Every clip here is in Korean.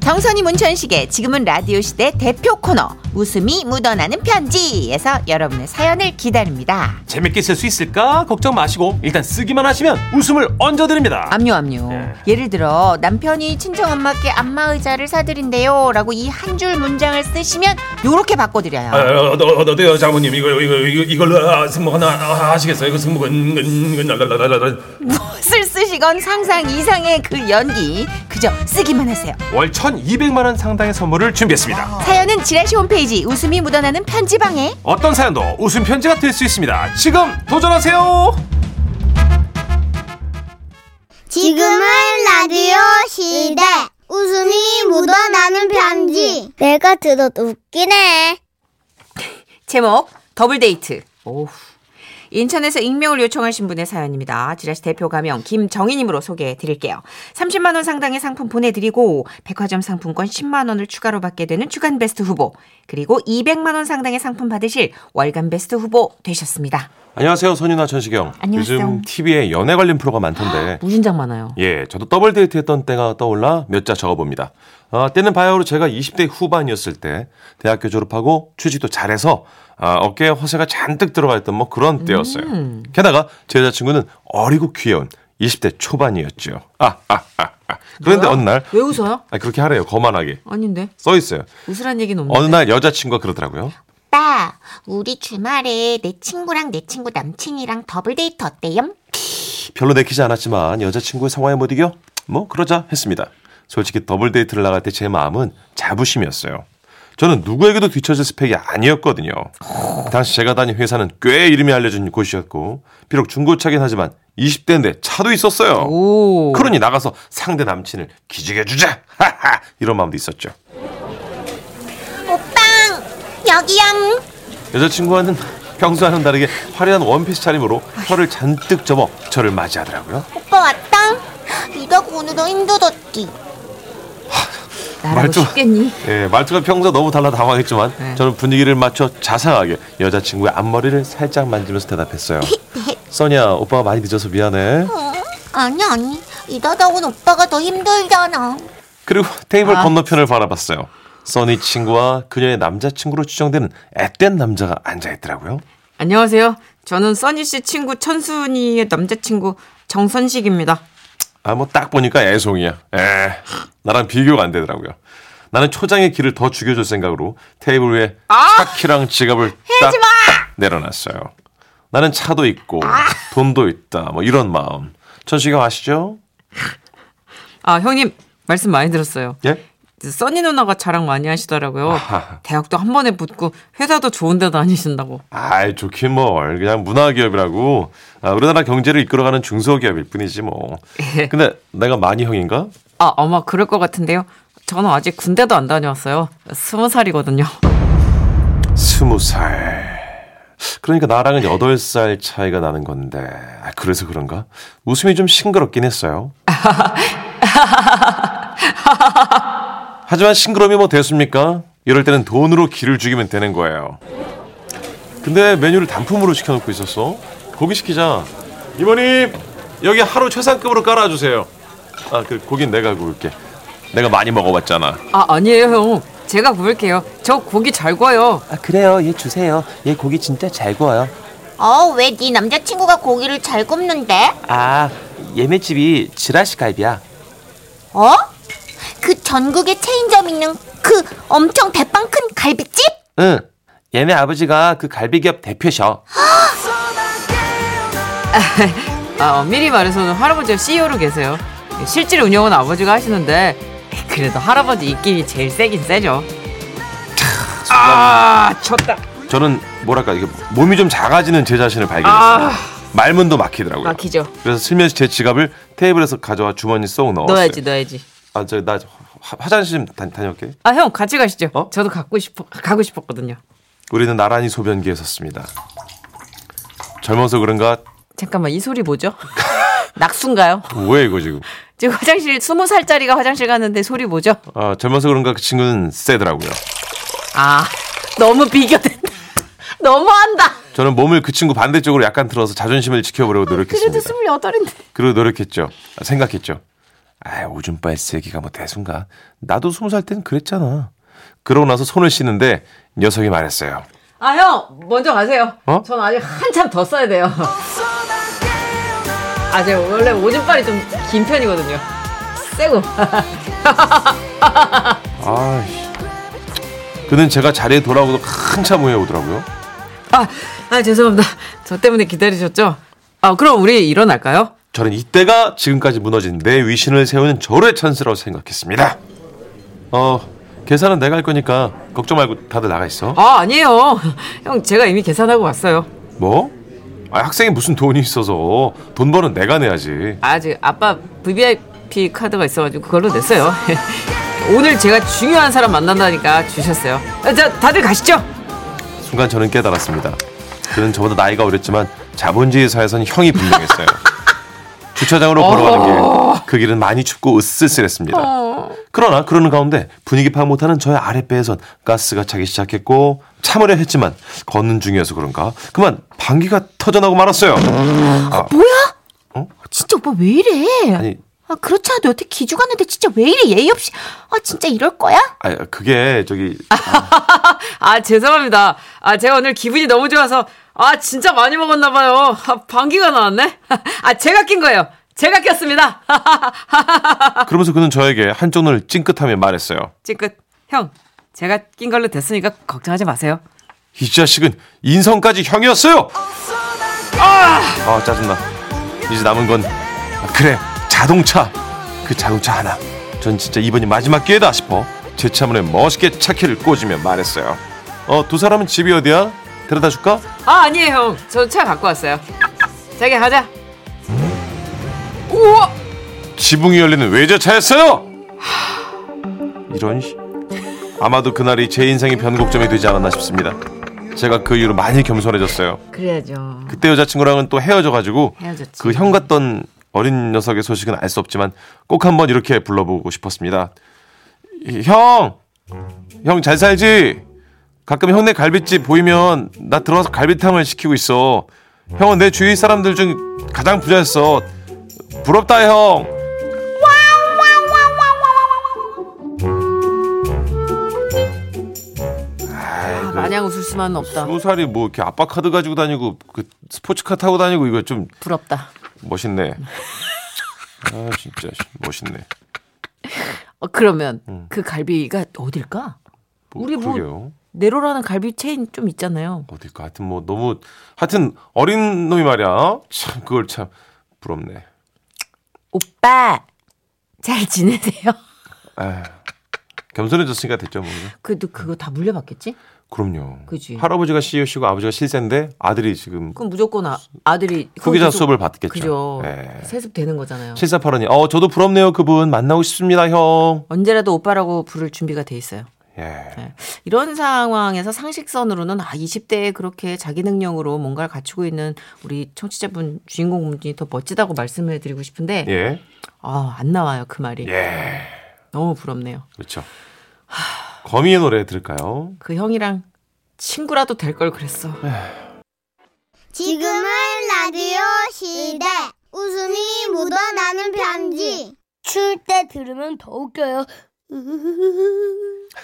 정선이 문천식의 지금은 라디오 시대 대표 코너 웃음이 묻어나는 편지에서 여러분의 사연을 기다립니다. 재밌게 쓸 수 있을까 걱정 마시고 일단 쓰기만 하시면 웃음을 얹어드립니다. 압류 압류. 예. 예를 들어 남편이 친정 엄마께 안마 의자를 사드린대요라고 이 한 줄 문장을 쓰시면 요렇게 바꿔드려요. 네. 아, 어, 어, 어, 어때요 장모님 이거 이거 이거 이걸로 아, 승모 하나 아, 하시겠어요? 이거 승모 은은은날날날날 무엇을 쓰시건 상상 이상의 그 연기 그저 쓰기만 하세요. 월 1,200만 원 상당의 선물을 준비했습니다. 사연은 지라시 홈페이지 웃음이 묻어나는 편지방에 어떤 사연도 웃음 편지가 될 수 있습니다. 지금 도전하세요. 지금은 라디오 시대. 웃음이 묻어나는 편지. 내가 들어도 웃기네. 제목 더블데이트 오후. 인천에서 익명을 요청하신 분의 사연입니다. 지라시 대표 가명 김정희님으로 소개해 드릴게요. 30만 원 상당의 상품 보내드리고 백화점 상품권 10만 원을 추가로 받게 되는 주간 베스트 후보 그리고 200만 원 상당의 상품 받으실 월간 베스트 후보 되셨습니다. 안녕하세요, 선윤아 천시경. 안녕하세요. 요즘 TV에 연애 관련 프로가 많던데. 무진장 많아요. 예, 저도 더블 데이트 했던 때가 떠올라 몇 자 적어봅니다. 아, 때는 바야흐로 제가 20대 후반이었을 때 대학교 졸업하고 취직도 잘해서 아, 어깨에 허세가 잔뜩 들어가 있던 뭐 그런 때였어요. 게다가 제 여자친구는 어리고 귀여운 20대 초반이었죠. 아, 아, 아, 아. 그런데 어느 날 왜 웃어요? 아, 그렇게 하래요. 거만하게 아닌데 써 있어요. 웃으란 얘기는 없는데. 어느 날 여자친구가 그러더라고요. 오빠, 우리 주말에 내 친구랑 내 친구 남친이랑 더블데이트 어때요? 별로 내키지 않았지만 여자친구의 상황에 못 이겨 뭐 그러자 했습니다. 솔직히 더블 데이트를 나갈 때 제 마음은 자부심이었어요. 저는 누구에게도 뒤처질 스펙이 아니었거든요. 당시 제가 다닌 회사는 꽤 이름이 알려진 곳이었고 비록 중고차긴 하지만 20대인데 차도 있었어요. 오. 그러니 나가서 상대 남친을 기죽여 주자 하하 이런 마음도 있었죠. 오빠, 여기요. 여자친구와는 평소와는 다르게 화려한 원피스 차림으로 혀를 잔뜩 접어 저를 맞이하더라고요. 오빠 왔다. 네가 오늘도 힘들었지. 나라고 말투가- 쉽겠니? 예, 말투가 평소 너무 달라 당황했지만 네. 저는 분위기를 맞춰 자상하게 여자친구의 앞머리를 살짝 만지면서 대답했어요. 써니야, 오빠가 많이 늦어서 미안해. 어? 아니, 아니. 이러다 온 오빠가 더 힘들잖아. 그리고 테이블 아. 건너편을 바라봤어요. 써니 친구와 그녀의 남자친구로 추정되는 앳된 남자가 앉아있더라고요. 안녕하세요. 저는 써니 씨 친구 천순이의 남자친구 정선식입니다. 아, 뭐 딱 보니까 애송이야. 에, 나랑 비교가 안 되더라고요. 나는 초장의 길을 더 죽여줄 생각으로 테이블 위에 차키랑 지갑을 딱 내려놨어요. 나는 차도 있고 돈도 있다. 뭐 이런 마음. 천식이 아시죠? 아 형님 말씀 많이 들었어요. 예? 써니 누나가 자랑 많이 하시더라고요. 아하. 대학도 한 번에 붙고 회사도 좋은 데 다니신다고. 아이 좋긴 뭘 그냥 문화기업이라고 아, 우리나라 경제를 이끌어가는 중소기업일 뿐이지 뭐 근데 내가 많이 형인가? 아 아마 그럴 것 같은데요. 저는 아직 군대도 안 다녀왔어요. 스무 살이거든요. 스무 살. 그러니까 나랑은 여덟 살 차이가 나는 건데. 아, 그래서 그런가? 웃음이 좀 싱그럽긴 했어요. 하지만 싱그러움이 뭐 됐습니까? 이럴 때는 돈으로 기를 죽이면 되는 거예요. 근데 메뉴를 단품으로 시켜놓고 있었어. 고기 시키자. 이모님, 여기 하루 최상급으로 깔아주세요. 아, 그 고긴 내가 구울게. 내가 많이 먹어봤잖아. 아 아니에요 형. 제가 구울게요. 저 고기 잘 구워요. 아, 그래요. 얘 주세요. 얘 고기 진짜 잘 구워요. 어, 왜 네 남자친구가 고기를 잘 굽는데? 아 예매집이 지라시 갈비야 어? 그 전국에 체인점 있는 그 엄청 대빵 큰 갈비집? 응 예매 아버지가 그 갈비기업 대표셔 아 엄밀히 말해서는 할아버지가 CEO로 계세요. 실질 운영은 아버지가 하시는데 그래도 할아버지 입김이 제일 세긴 세죠. 아 쳤다. 저는 뭐랄까 이게 몸이 좀 작아지는 제 자신을 발견했어요 말문도 아. 막히더라고요 막히죠. 그래서 슬며시 제 지갑을 테이블에서 가져와 주머니 쏙 넣었어요 넣어야지 넣어야지. 아저나 화장실 좀 다, 다녀올게 아 형 같이 가시죠. 어? 저도 갖고 싶어 가고 싶었거든요. 우리는 나란히 소변기에 섰습니다 젊어서 그런가 잠깐만 이 소리 뭐죠? 낙수인가요? 뭐야 이거 지금 지금 화장실 스무 살짜리가 화장실 가는데 소리 뭐죠? 아 젊어서 그런가 그 친구는 세더라고요 아 너무 비교된다. 너무한다. 저는 몸을 그 친구 반대쪽으로 약간 들어서 자존심을 지켜보려고 노력했습니다 그래도 스물여덟인데. 그리고 노력했죠. 생각했죠. 아, 오줌 빨 세기가 뭐 대수인가. 나도 스무 살 땐 그랬잖아. 그러고 나서 손을 씻는데 녀석이 말했어요. 아, 형, 먼저 가세요. 어? 전 아직 한참 더 써야 돼요. 아, 제가 원래 오줌발이 좀 긴 편이거든요. 세고. 아이씨. 그는 제가 자리에 돌아오고도 한참 후에 오더라고요. 아, 아, 죄송합니다. 저 때문에 기다리셨죠? 아, 그럼 우리 일어날까요? 저는 이때가 지금까지 무너진 내 위신을 세우는 절의 찬스라고 생각했습니다. 어, 계산은 내가 할 거니까 걱정 말고 다들 나가 있어. 아, 아니에요. 형, 제가 이미 계산하고 왔어요. 뭐? 아, 학생이 무슨 돈이 있어서 돈 버는 내가 내야지. 아직 아빠 VVIP 카드가 있어가지고 그걸로 냈어요. 오늘 제가 중요한 사람 만난다니까 주셨어요. 아, 자, 다들 가시죠. 순간 저는 깨달았습니다. 그는 저보다 나이가 어렸지만 자본주의 사회에선 형이 분명했어요. 주차장으로 걸어가는 길. 그 길은 많이 춥고 으쓸쓸했습니다. 그러나 그러는 가운데 분위기 파악 못하는 저의 아랫배에선 가스가 차기 시작했고 참으려 했지만 걷는 중이어서 그런가 그만 방귀가 터져나고 말았어요. 아, 진짜 오빠 왜 이래? 아니. 아, 그렇지 않아도 여태 기죽었는데 진짜 왜 이래 예의 없이 아 진짜 이럴 거야? 아, 그게 저기 아, 죄송합니다. 아, 제가 오늘 기분이 너무 좋아서, 아, 진짜 많이 먹었나봐요. 아, 방귀가 나왔네? 아, 제가 낀 거예요. 제가 꼈습니다. 그러면서 그는 저에게 한쪽 눈을 찡긋하며 말했어요. 찌끗. 형, 제가 낀 걸로 됐으니까 걱정하지 마세요. 이 자식은 인성까지 형이었어요. 아, 아, 짜증나. 이제 남은 건 아, 그래 자동차 그 자동차 하나. 전 진짜 이번이 마지막 기회다 싶어 제 차문에 멋있게 차키를 꽂으며 말했어요. 어 두 사람은 집이 어디야? 데려다 줄까? 아, 아니에요, 형. 저 차 갖고 왔어요. 자기 가자. 우와! 지붕이 열리는 외제차였어요. 이런 씨. 아마도 그날이 제 인생의 변곡점이 되지 않았나 싶습니다. 제가 그 이후로 많이 겸손해졌어요. 그래야죠. 그때 여자친구랑은 또 헤어져가지고 헤어졌지. 그 형 같던 어린 녀석의 소식은 알 수 없지만 꼭 한번 이렇게 불러보고 싶었습니다. 이- 형, 형 잘 살지? 가끔 형네 갈비집 보이면 나 들어가서 갈비탕을 시키고 있어. 형은 내 주위 사람들 중 가장 부자였어. 부럽다 형. 아, 마냥 웃을 수만은 없다. 두 살이 뭐 이렇게 아빠 카드 가지고 다니고 그 스포츠카 타고 다니고 이거 좀 부럽다. 멋있네. 아 진짜 멋있네. 어, 그러면 그 갈비가 어딜까? 음. 뭐, 우리 뭐- 그러게요. 네로라는 갈비 체인 좀 있잖아요. 어딜까 하여튼 뭐 너무 하여튼 어린 놈이 말이야 참 그걸 참 부럽네 오빠, 잘 지내세요? 아 겸손해졌으니까 됐죠 뭐 그래도 그거 다 물려받겠지? 그럼요 그지. 할아버지가 CEO시고 아버지가 실세인데 아들이 지금 그럼 무조건 아, 아들이 후기자 그럼 계속- 수업을 받겠죠 그죠. 예. 세습되는 거잖아요. 실사파라니 어 저도 부럽네요 그분 만나고 싶습니다 형 언제라도 오빠라고 부를 준비가 돼 있어요. 예. 네. 이런 상황에서 상식선으로는 아 20대에 그렇게 자기 능력으로 뭔가를 갖추고 있는 우리 청취자분 주인공분이 더 멋지다고 말씀을 드리고 싶은데 예. 아안 나와요 그 말이 예. 너무 부럽네요. 그렇죠 거미의 노래 들을까요 그 형이랑 친구라도 될 걸 그랬어. 지금은 라디오 시대. 웃음이 묻어나는 편지. 추울 때 들으면 더 웃겨요.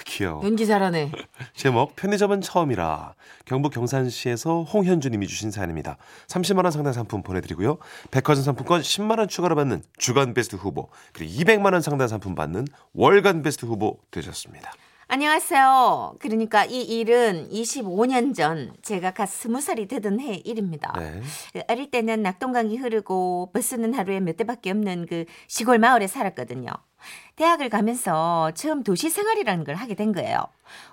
귀여워 연기 잘하네. 제목 편의점은 처음이라 경북 경산시에서 홍현주님이 주신 사연입니다. 30만 원 상당 상품 보내드리고요. 백화점 상품권 10만 원 추가로 받는 주간 베스트 후보 그리고 200만 원 상당 상품 받는 월간 베스트 후보 되셨습니다. 안녕하세요. 그러니까 이 일은 25년 전 제가 갓 스무 살이 되던 해 아. 일입니다. 네. 어릴 때는 낙동강이 흐르고 버스는 하루에 몇 대밖에 없는 그 시골 마을에 살았거든요. 대학을 가면서 처음 도시 생활이라는 걸 하게 된 거예요.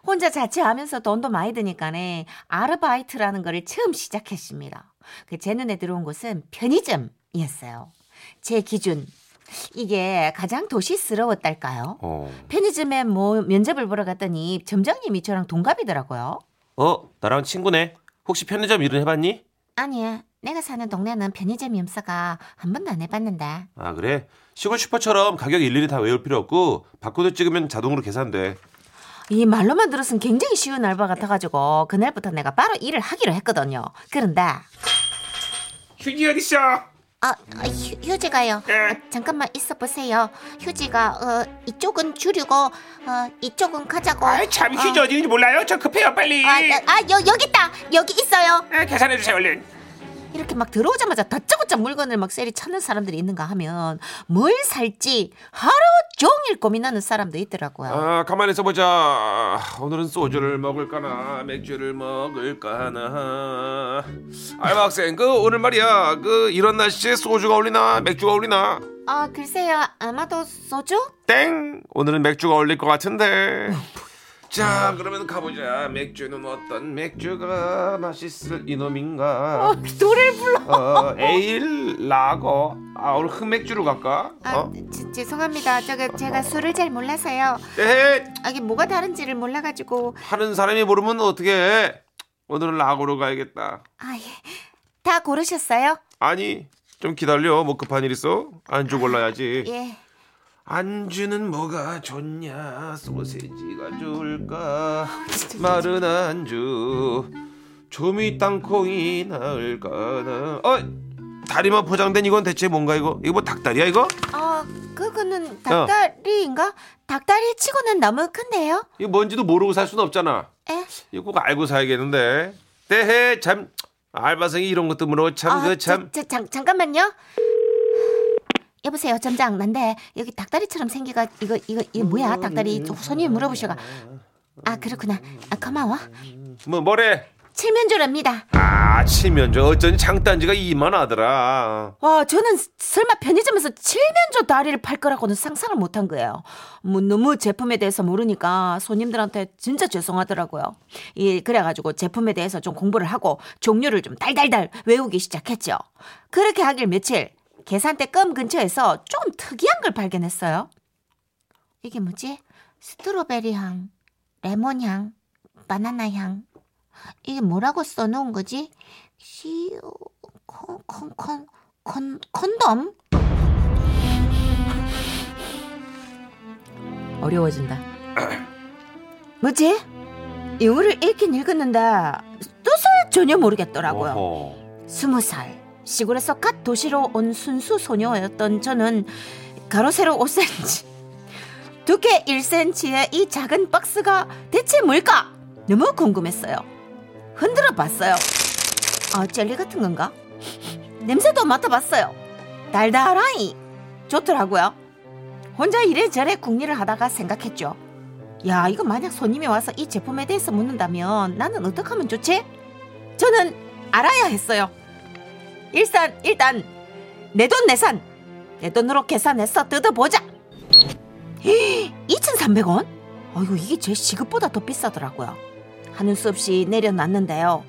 혼자 자취하면서 돈도 많이 드니까네 아르바이트라는 거를 처음 시작했습니다. 그 제 눈에 들어온 곳은 편의점이었어요. 제 기준 이게 가장 도시스러웠달까요? 어. 편의점에 뭐 면접을 보러 갔더니 점장님이 저랑 동갑이더라고요. 어 나랑 친구네. 혹시 편의점 일을 해봤니? 아니, 내가 사는 동네는 편의점이 없어가 한 번도 안 해봤는데. 아 그래. 시골 슈퍼처럼 가격 일일이 다 외울 필요 없고 바코드 찍으면 자동으로 계산돼. 이 말로만 들었으면 굉장히 쉬운 알바 같아가지고 그날부터 내가 바로 일을 하기로 했거든요. 그런데 휴지 어디 있어? 아, 아, 어, 휴, 휴지가요. 예. 아, 잠깐만 있어 보세요. 휴지가 어, 이쪽은 주류고 어, 이쪽은 가자고. 아이 참 휴지 어, 어디있는지 몰라요 저 급해요 빨리 아, 아, 아, 여, 여기 있다. 여기 있어요. 아, 계산해주세요 얼른 이렇게 막 들어오자마자 다짜고짜 물건을 막 세리 찾는 사람들이 있는가 하면 뭘 살지 하루 종일 고민하는 사람도 있더라고요. 아, 가만히 있어보자. 오늘은 소주를 먹을까나 맥주를 먹을까나 알바학생 그 오늘 말이야 그 이런 날씨에 소주가 어울리나 맥주가 어울리나 아, 글쎄요. 아마도 소주? 땡 오늘은 맥주가 어울릴 것 같은데 자 그러면 가보자 맥주는 어떤 맥주가 맛있을 이놈인가 노래를 불러. 어, 에일 라거 아 오늘 흑맥주로 갈까 아, 어? 지- 죄송합니다. 저가 제가 술을 잘 몰라서요. 에헤 아, 이게 뭐가 다른지를 몰라가지고. 하는 사람이 모르면 어떻게 해 오늘은 라거로 가야겠다 아, 예. 다 고르셨어요? 아니 좀 기다려 뭐 급한 일 있어 안주 골라야지 예. 안주는 뭐가 좋냐 소세지가 좋을까 마른 안주 조미 땅콩이 나을까나 어 다리만 포장된 이건 대체 뭔가 이거 이거 뭐 닭다리야 이거 아, 어. 그거는 닭다리인가? 닭다리 치고는 너무 큰데요? 예? 이거 뭔지도 모르고 살 순 없잖아 에? 이거 꼭 알고 사야겠는데 때해 참 알바생이 이런 것도 물어 아, 참그참 저- 저- 잠, 잠깐만요. 여보세요, 점장. 난데 여기 닭다리처럼 생기가 이거 이거 이 뭐야? 음, 닭다리 손님 물어보셔가. 아 그렇구나. 아 고마워. 뭐 뭐래 칠면조랍니다. 아 치면조 어쩐지 장단지가 이만하더라 와, 어, 저는 스- 설마 편의점에서 칠면조 다리를 팔 거라고는 상상을 못한 거예요. 뭐, 너무 제품에 대해서 모르니까 손님들한테 진짜 죄송하더라고요. 예, 그래가지고 제품에 대해서 좀 공부를 하고 종류를 좀 달달달 외우기 시작했죠. 그렇게 하길 며칠 계산대 껌 근처에서 조금 특이한 걸 발견했어요. 이게 뭐지? 스트로베리 향, 레몬 향, 바나나 향. 이게 뭐라고 써놓은 거지? 시오 컨컨컨 컨 컨덤? 어려워진다. 뭐지? 이거를 읽긴 읽었는데 뜻을 전혀 모르겠더라고요. 어허. 스무 살 시골에서 갓 도시로 온 순수 소녀였던 저는 가로 세로 5cm 두께 1cm의 이 작은 박스가 대체 뭘까? 너무 궁금했어요. 흔들어 봤어요. 아 젤리 같은 건가? 냄새도 맡아봤어요. 달달하니 좋더라고요. 혼자 이래저래 궁리를 하다가 생각했죠. 야 이거 만약 손님이 와서 이 제품에 대해서 묻는다면 나는 어떻게 하면 좋지? 저는 알아야 했어요. 일단 일단 내 돈 내산 내 돈으로 계산해서 뜯어보자. 2,300원? 아이고 이게 제 시급보다 더 비싸더라고요. 하는 수 없이 내려놨는데요.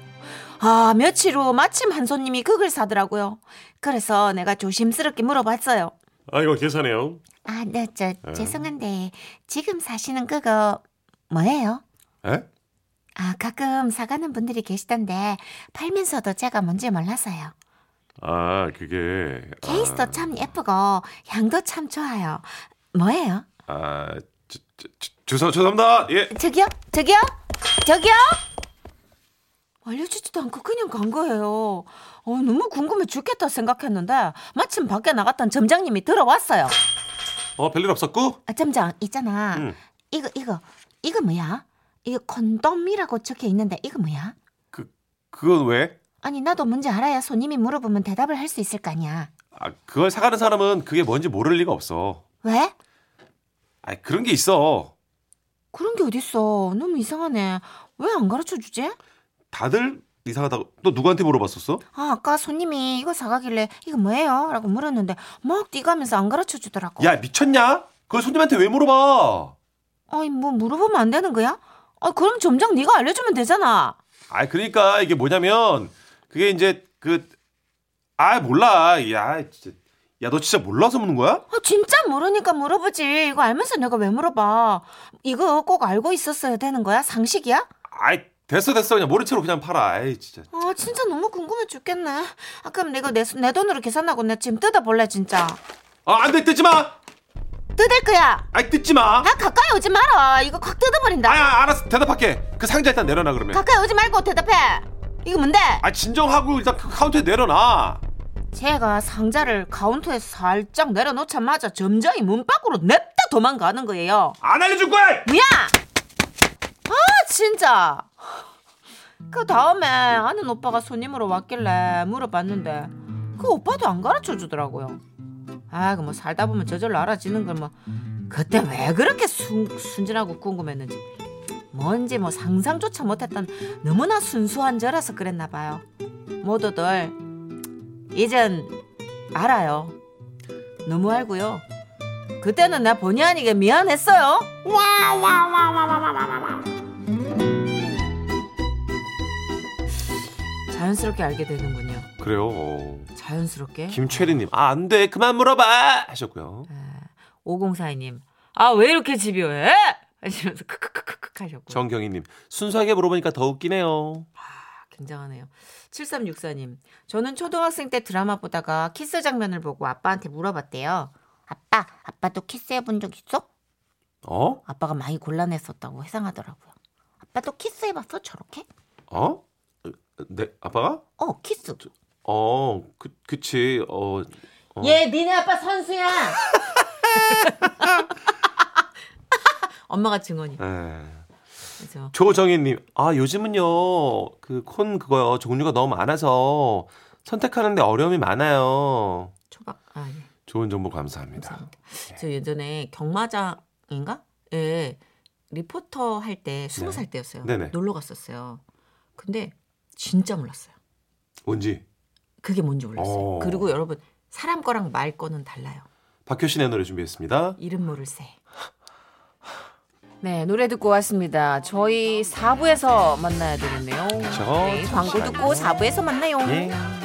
아 며칠 후 마침 한 손님이 그걸 사더라고요. 그래서 내가 조심스럽게 물어봤어요. 아 이거 계산해요. 아, 네, 저 죄송한데 지금 사시는 그거 뭐예요? 에? 아, 가끔 사가는 분들이 계시던데 팔면서도 제가 뭔지 몰라서요. 아, 그게 케이스도 참 예쁘고 향도 참 좋아요. 뭐예요? 아, 저, 저, 저, 죄송, 죄송합니다. 예. 저기요? 저기요? 저기요? 알려주지도 않고 그냥 간 거예요. 어, 너무 궁금해 죽겠다 생각했는데 마침 밖에 나갔던 점장님이 들어왔어요. 어, 별일 없었고? 아, 점장 있잖아. 응. 이거 이거 이거 뭐야? 이거 건덤이라고 적혀 있는데 이거 뭐야? 그건 왜? 아니 나도 뭔지 알아야 손님이 물어보면 대답을 할 수 있을 거 아니야. 아, 그걸 사가는 사람은 그게 뭔지 모를 리가 없어. 왜? 아, 그런 게 있어. 그런 게 어딨어. 너무 이상하네. 왜 안 가르쳐 주지? 다들 이상하다고. 너 누구한테 물어봤었어? 아, 아까 손님이 이거 사가길래 이거 뭐예요? 라고 물었는데 막 뛰가면서 안 가르쳐 주더라고. 야, 미쳤냐? 그걸 손님한테 왜 물어봐? 아니 뭐 물어보면 안 되는 거야? 아, 그럼 점장 네가 알려주면 되잖아. 아, 그러니까 이게 뭐냐면 그게 이제 그 아, 몰라. 야, 진짜. 야, 너 진짜 몰라서 묻는 거야? 아, 진짜 모르니까 물어보지. 이거 알면서 내가 왜 물어봐. 이거 꼭 알고 있었어야 되는 거야? 상식이야? 아이, 됐어 됐어. 그냥 모른 채로 그냥 팔아. 아이, 진짜. 아 진짜 너무 궁금해 죽겠네. 아 그럼 내가 내, 내 돈으로 계산하고 내 지금 뜯어볼래 진짜. 아, 안 돼. 뜯지 마. 뜯을 거야. 아이, 뜯지 마. 아 가까이 오지 마라. 이거 확 뜯어버린다. 아, 알았어. 대답할게. 그 상자 일단 내려놔 그러면. 가까이 오지 말고 대답해. 이거 뭔데? 아, 진정하고 일단 그 카운트에 내려놔. 제가 상자를 카운터에 살짝 내려놓자마자 점장이 문 밖으로 냅다 도망가는 거예요. 안 알려줄 거야! 뭐야? 아 진짜. 그 다음에 아는 오빠가 손님으로 왔길래 물어봤는데 그 오빠도 안 가르쳐 주더라고요. 아그 뭐 살다 보면 저절로 알아지는 걸 뭐 그때 왜 그렇게 순, 순진하고 궁금했는지 뭔지 뭐 상상조차 못했던 너무나 순수한 저라서 그랬나 봐요. 모두들 이젠 알아요. 너무 알고요. 그때는 나 본의 아니게 미안했어요. 자연스럽게 알게 되는군요. 그래요. 어. 자연스럽게. 김채리님, 아, 안 돼. 그만 물어봐! 하셨고요. 5042님. 아, 왜 이렇게 집요해? 하시면서 크크크크크 하셨고. 요 정경희님, 순수하게 물어보니까 더 웃기네요. 굉장하네요. 7364님. 저는 초등학생 때 드라마 보다가 키스 장면을 보고 아빠한테 물어봤대요. 아빠, 아빠도 키스해 본 적 있어? 어? 아빠가 많이 곤란했었다고 회상하더라고요. 아빠도 키스해 봤어? 저렇게? 어? 네, 아빠가? 어, 키스. 어, 그, 그치. 어, 어. 얘 예, 니네 아빠 선수야. 엄마가 증언이. 예. 그래서 조정희님, 아, 요즘은요, 그, 콘 그거요. 종류가 너무 많아서 선택하는데 어려움이 많아요. 초밥. 아 예. 좋은 정보 감사합니다. 저 예전에 경마장인가? 예. 리포터 할 때 스무 살 때였어요. 네네. 놀러 갔었어요. 근데 진짜 몰랐어요. 뭔지. 그게 뭔지 몰랐어요. 오. 그리고 여러분 사람 거랑 말 거는 달라요. 박효신의 노래 준비했습니다. 이름 모를 새. 네, 노래 듣고 왔습니다. 저희 4부에서 만나야 되겠네요. 그쵸. 네, 광고 듣고 4부에서 만나요. 예.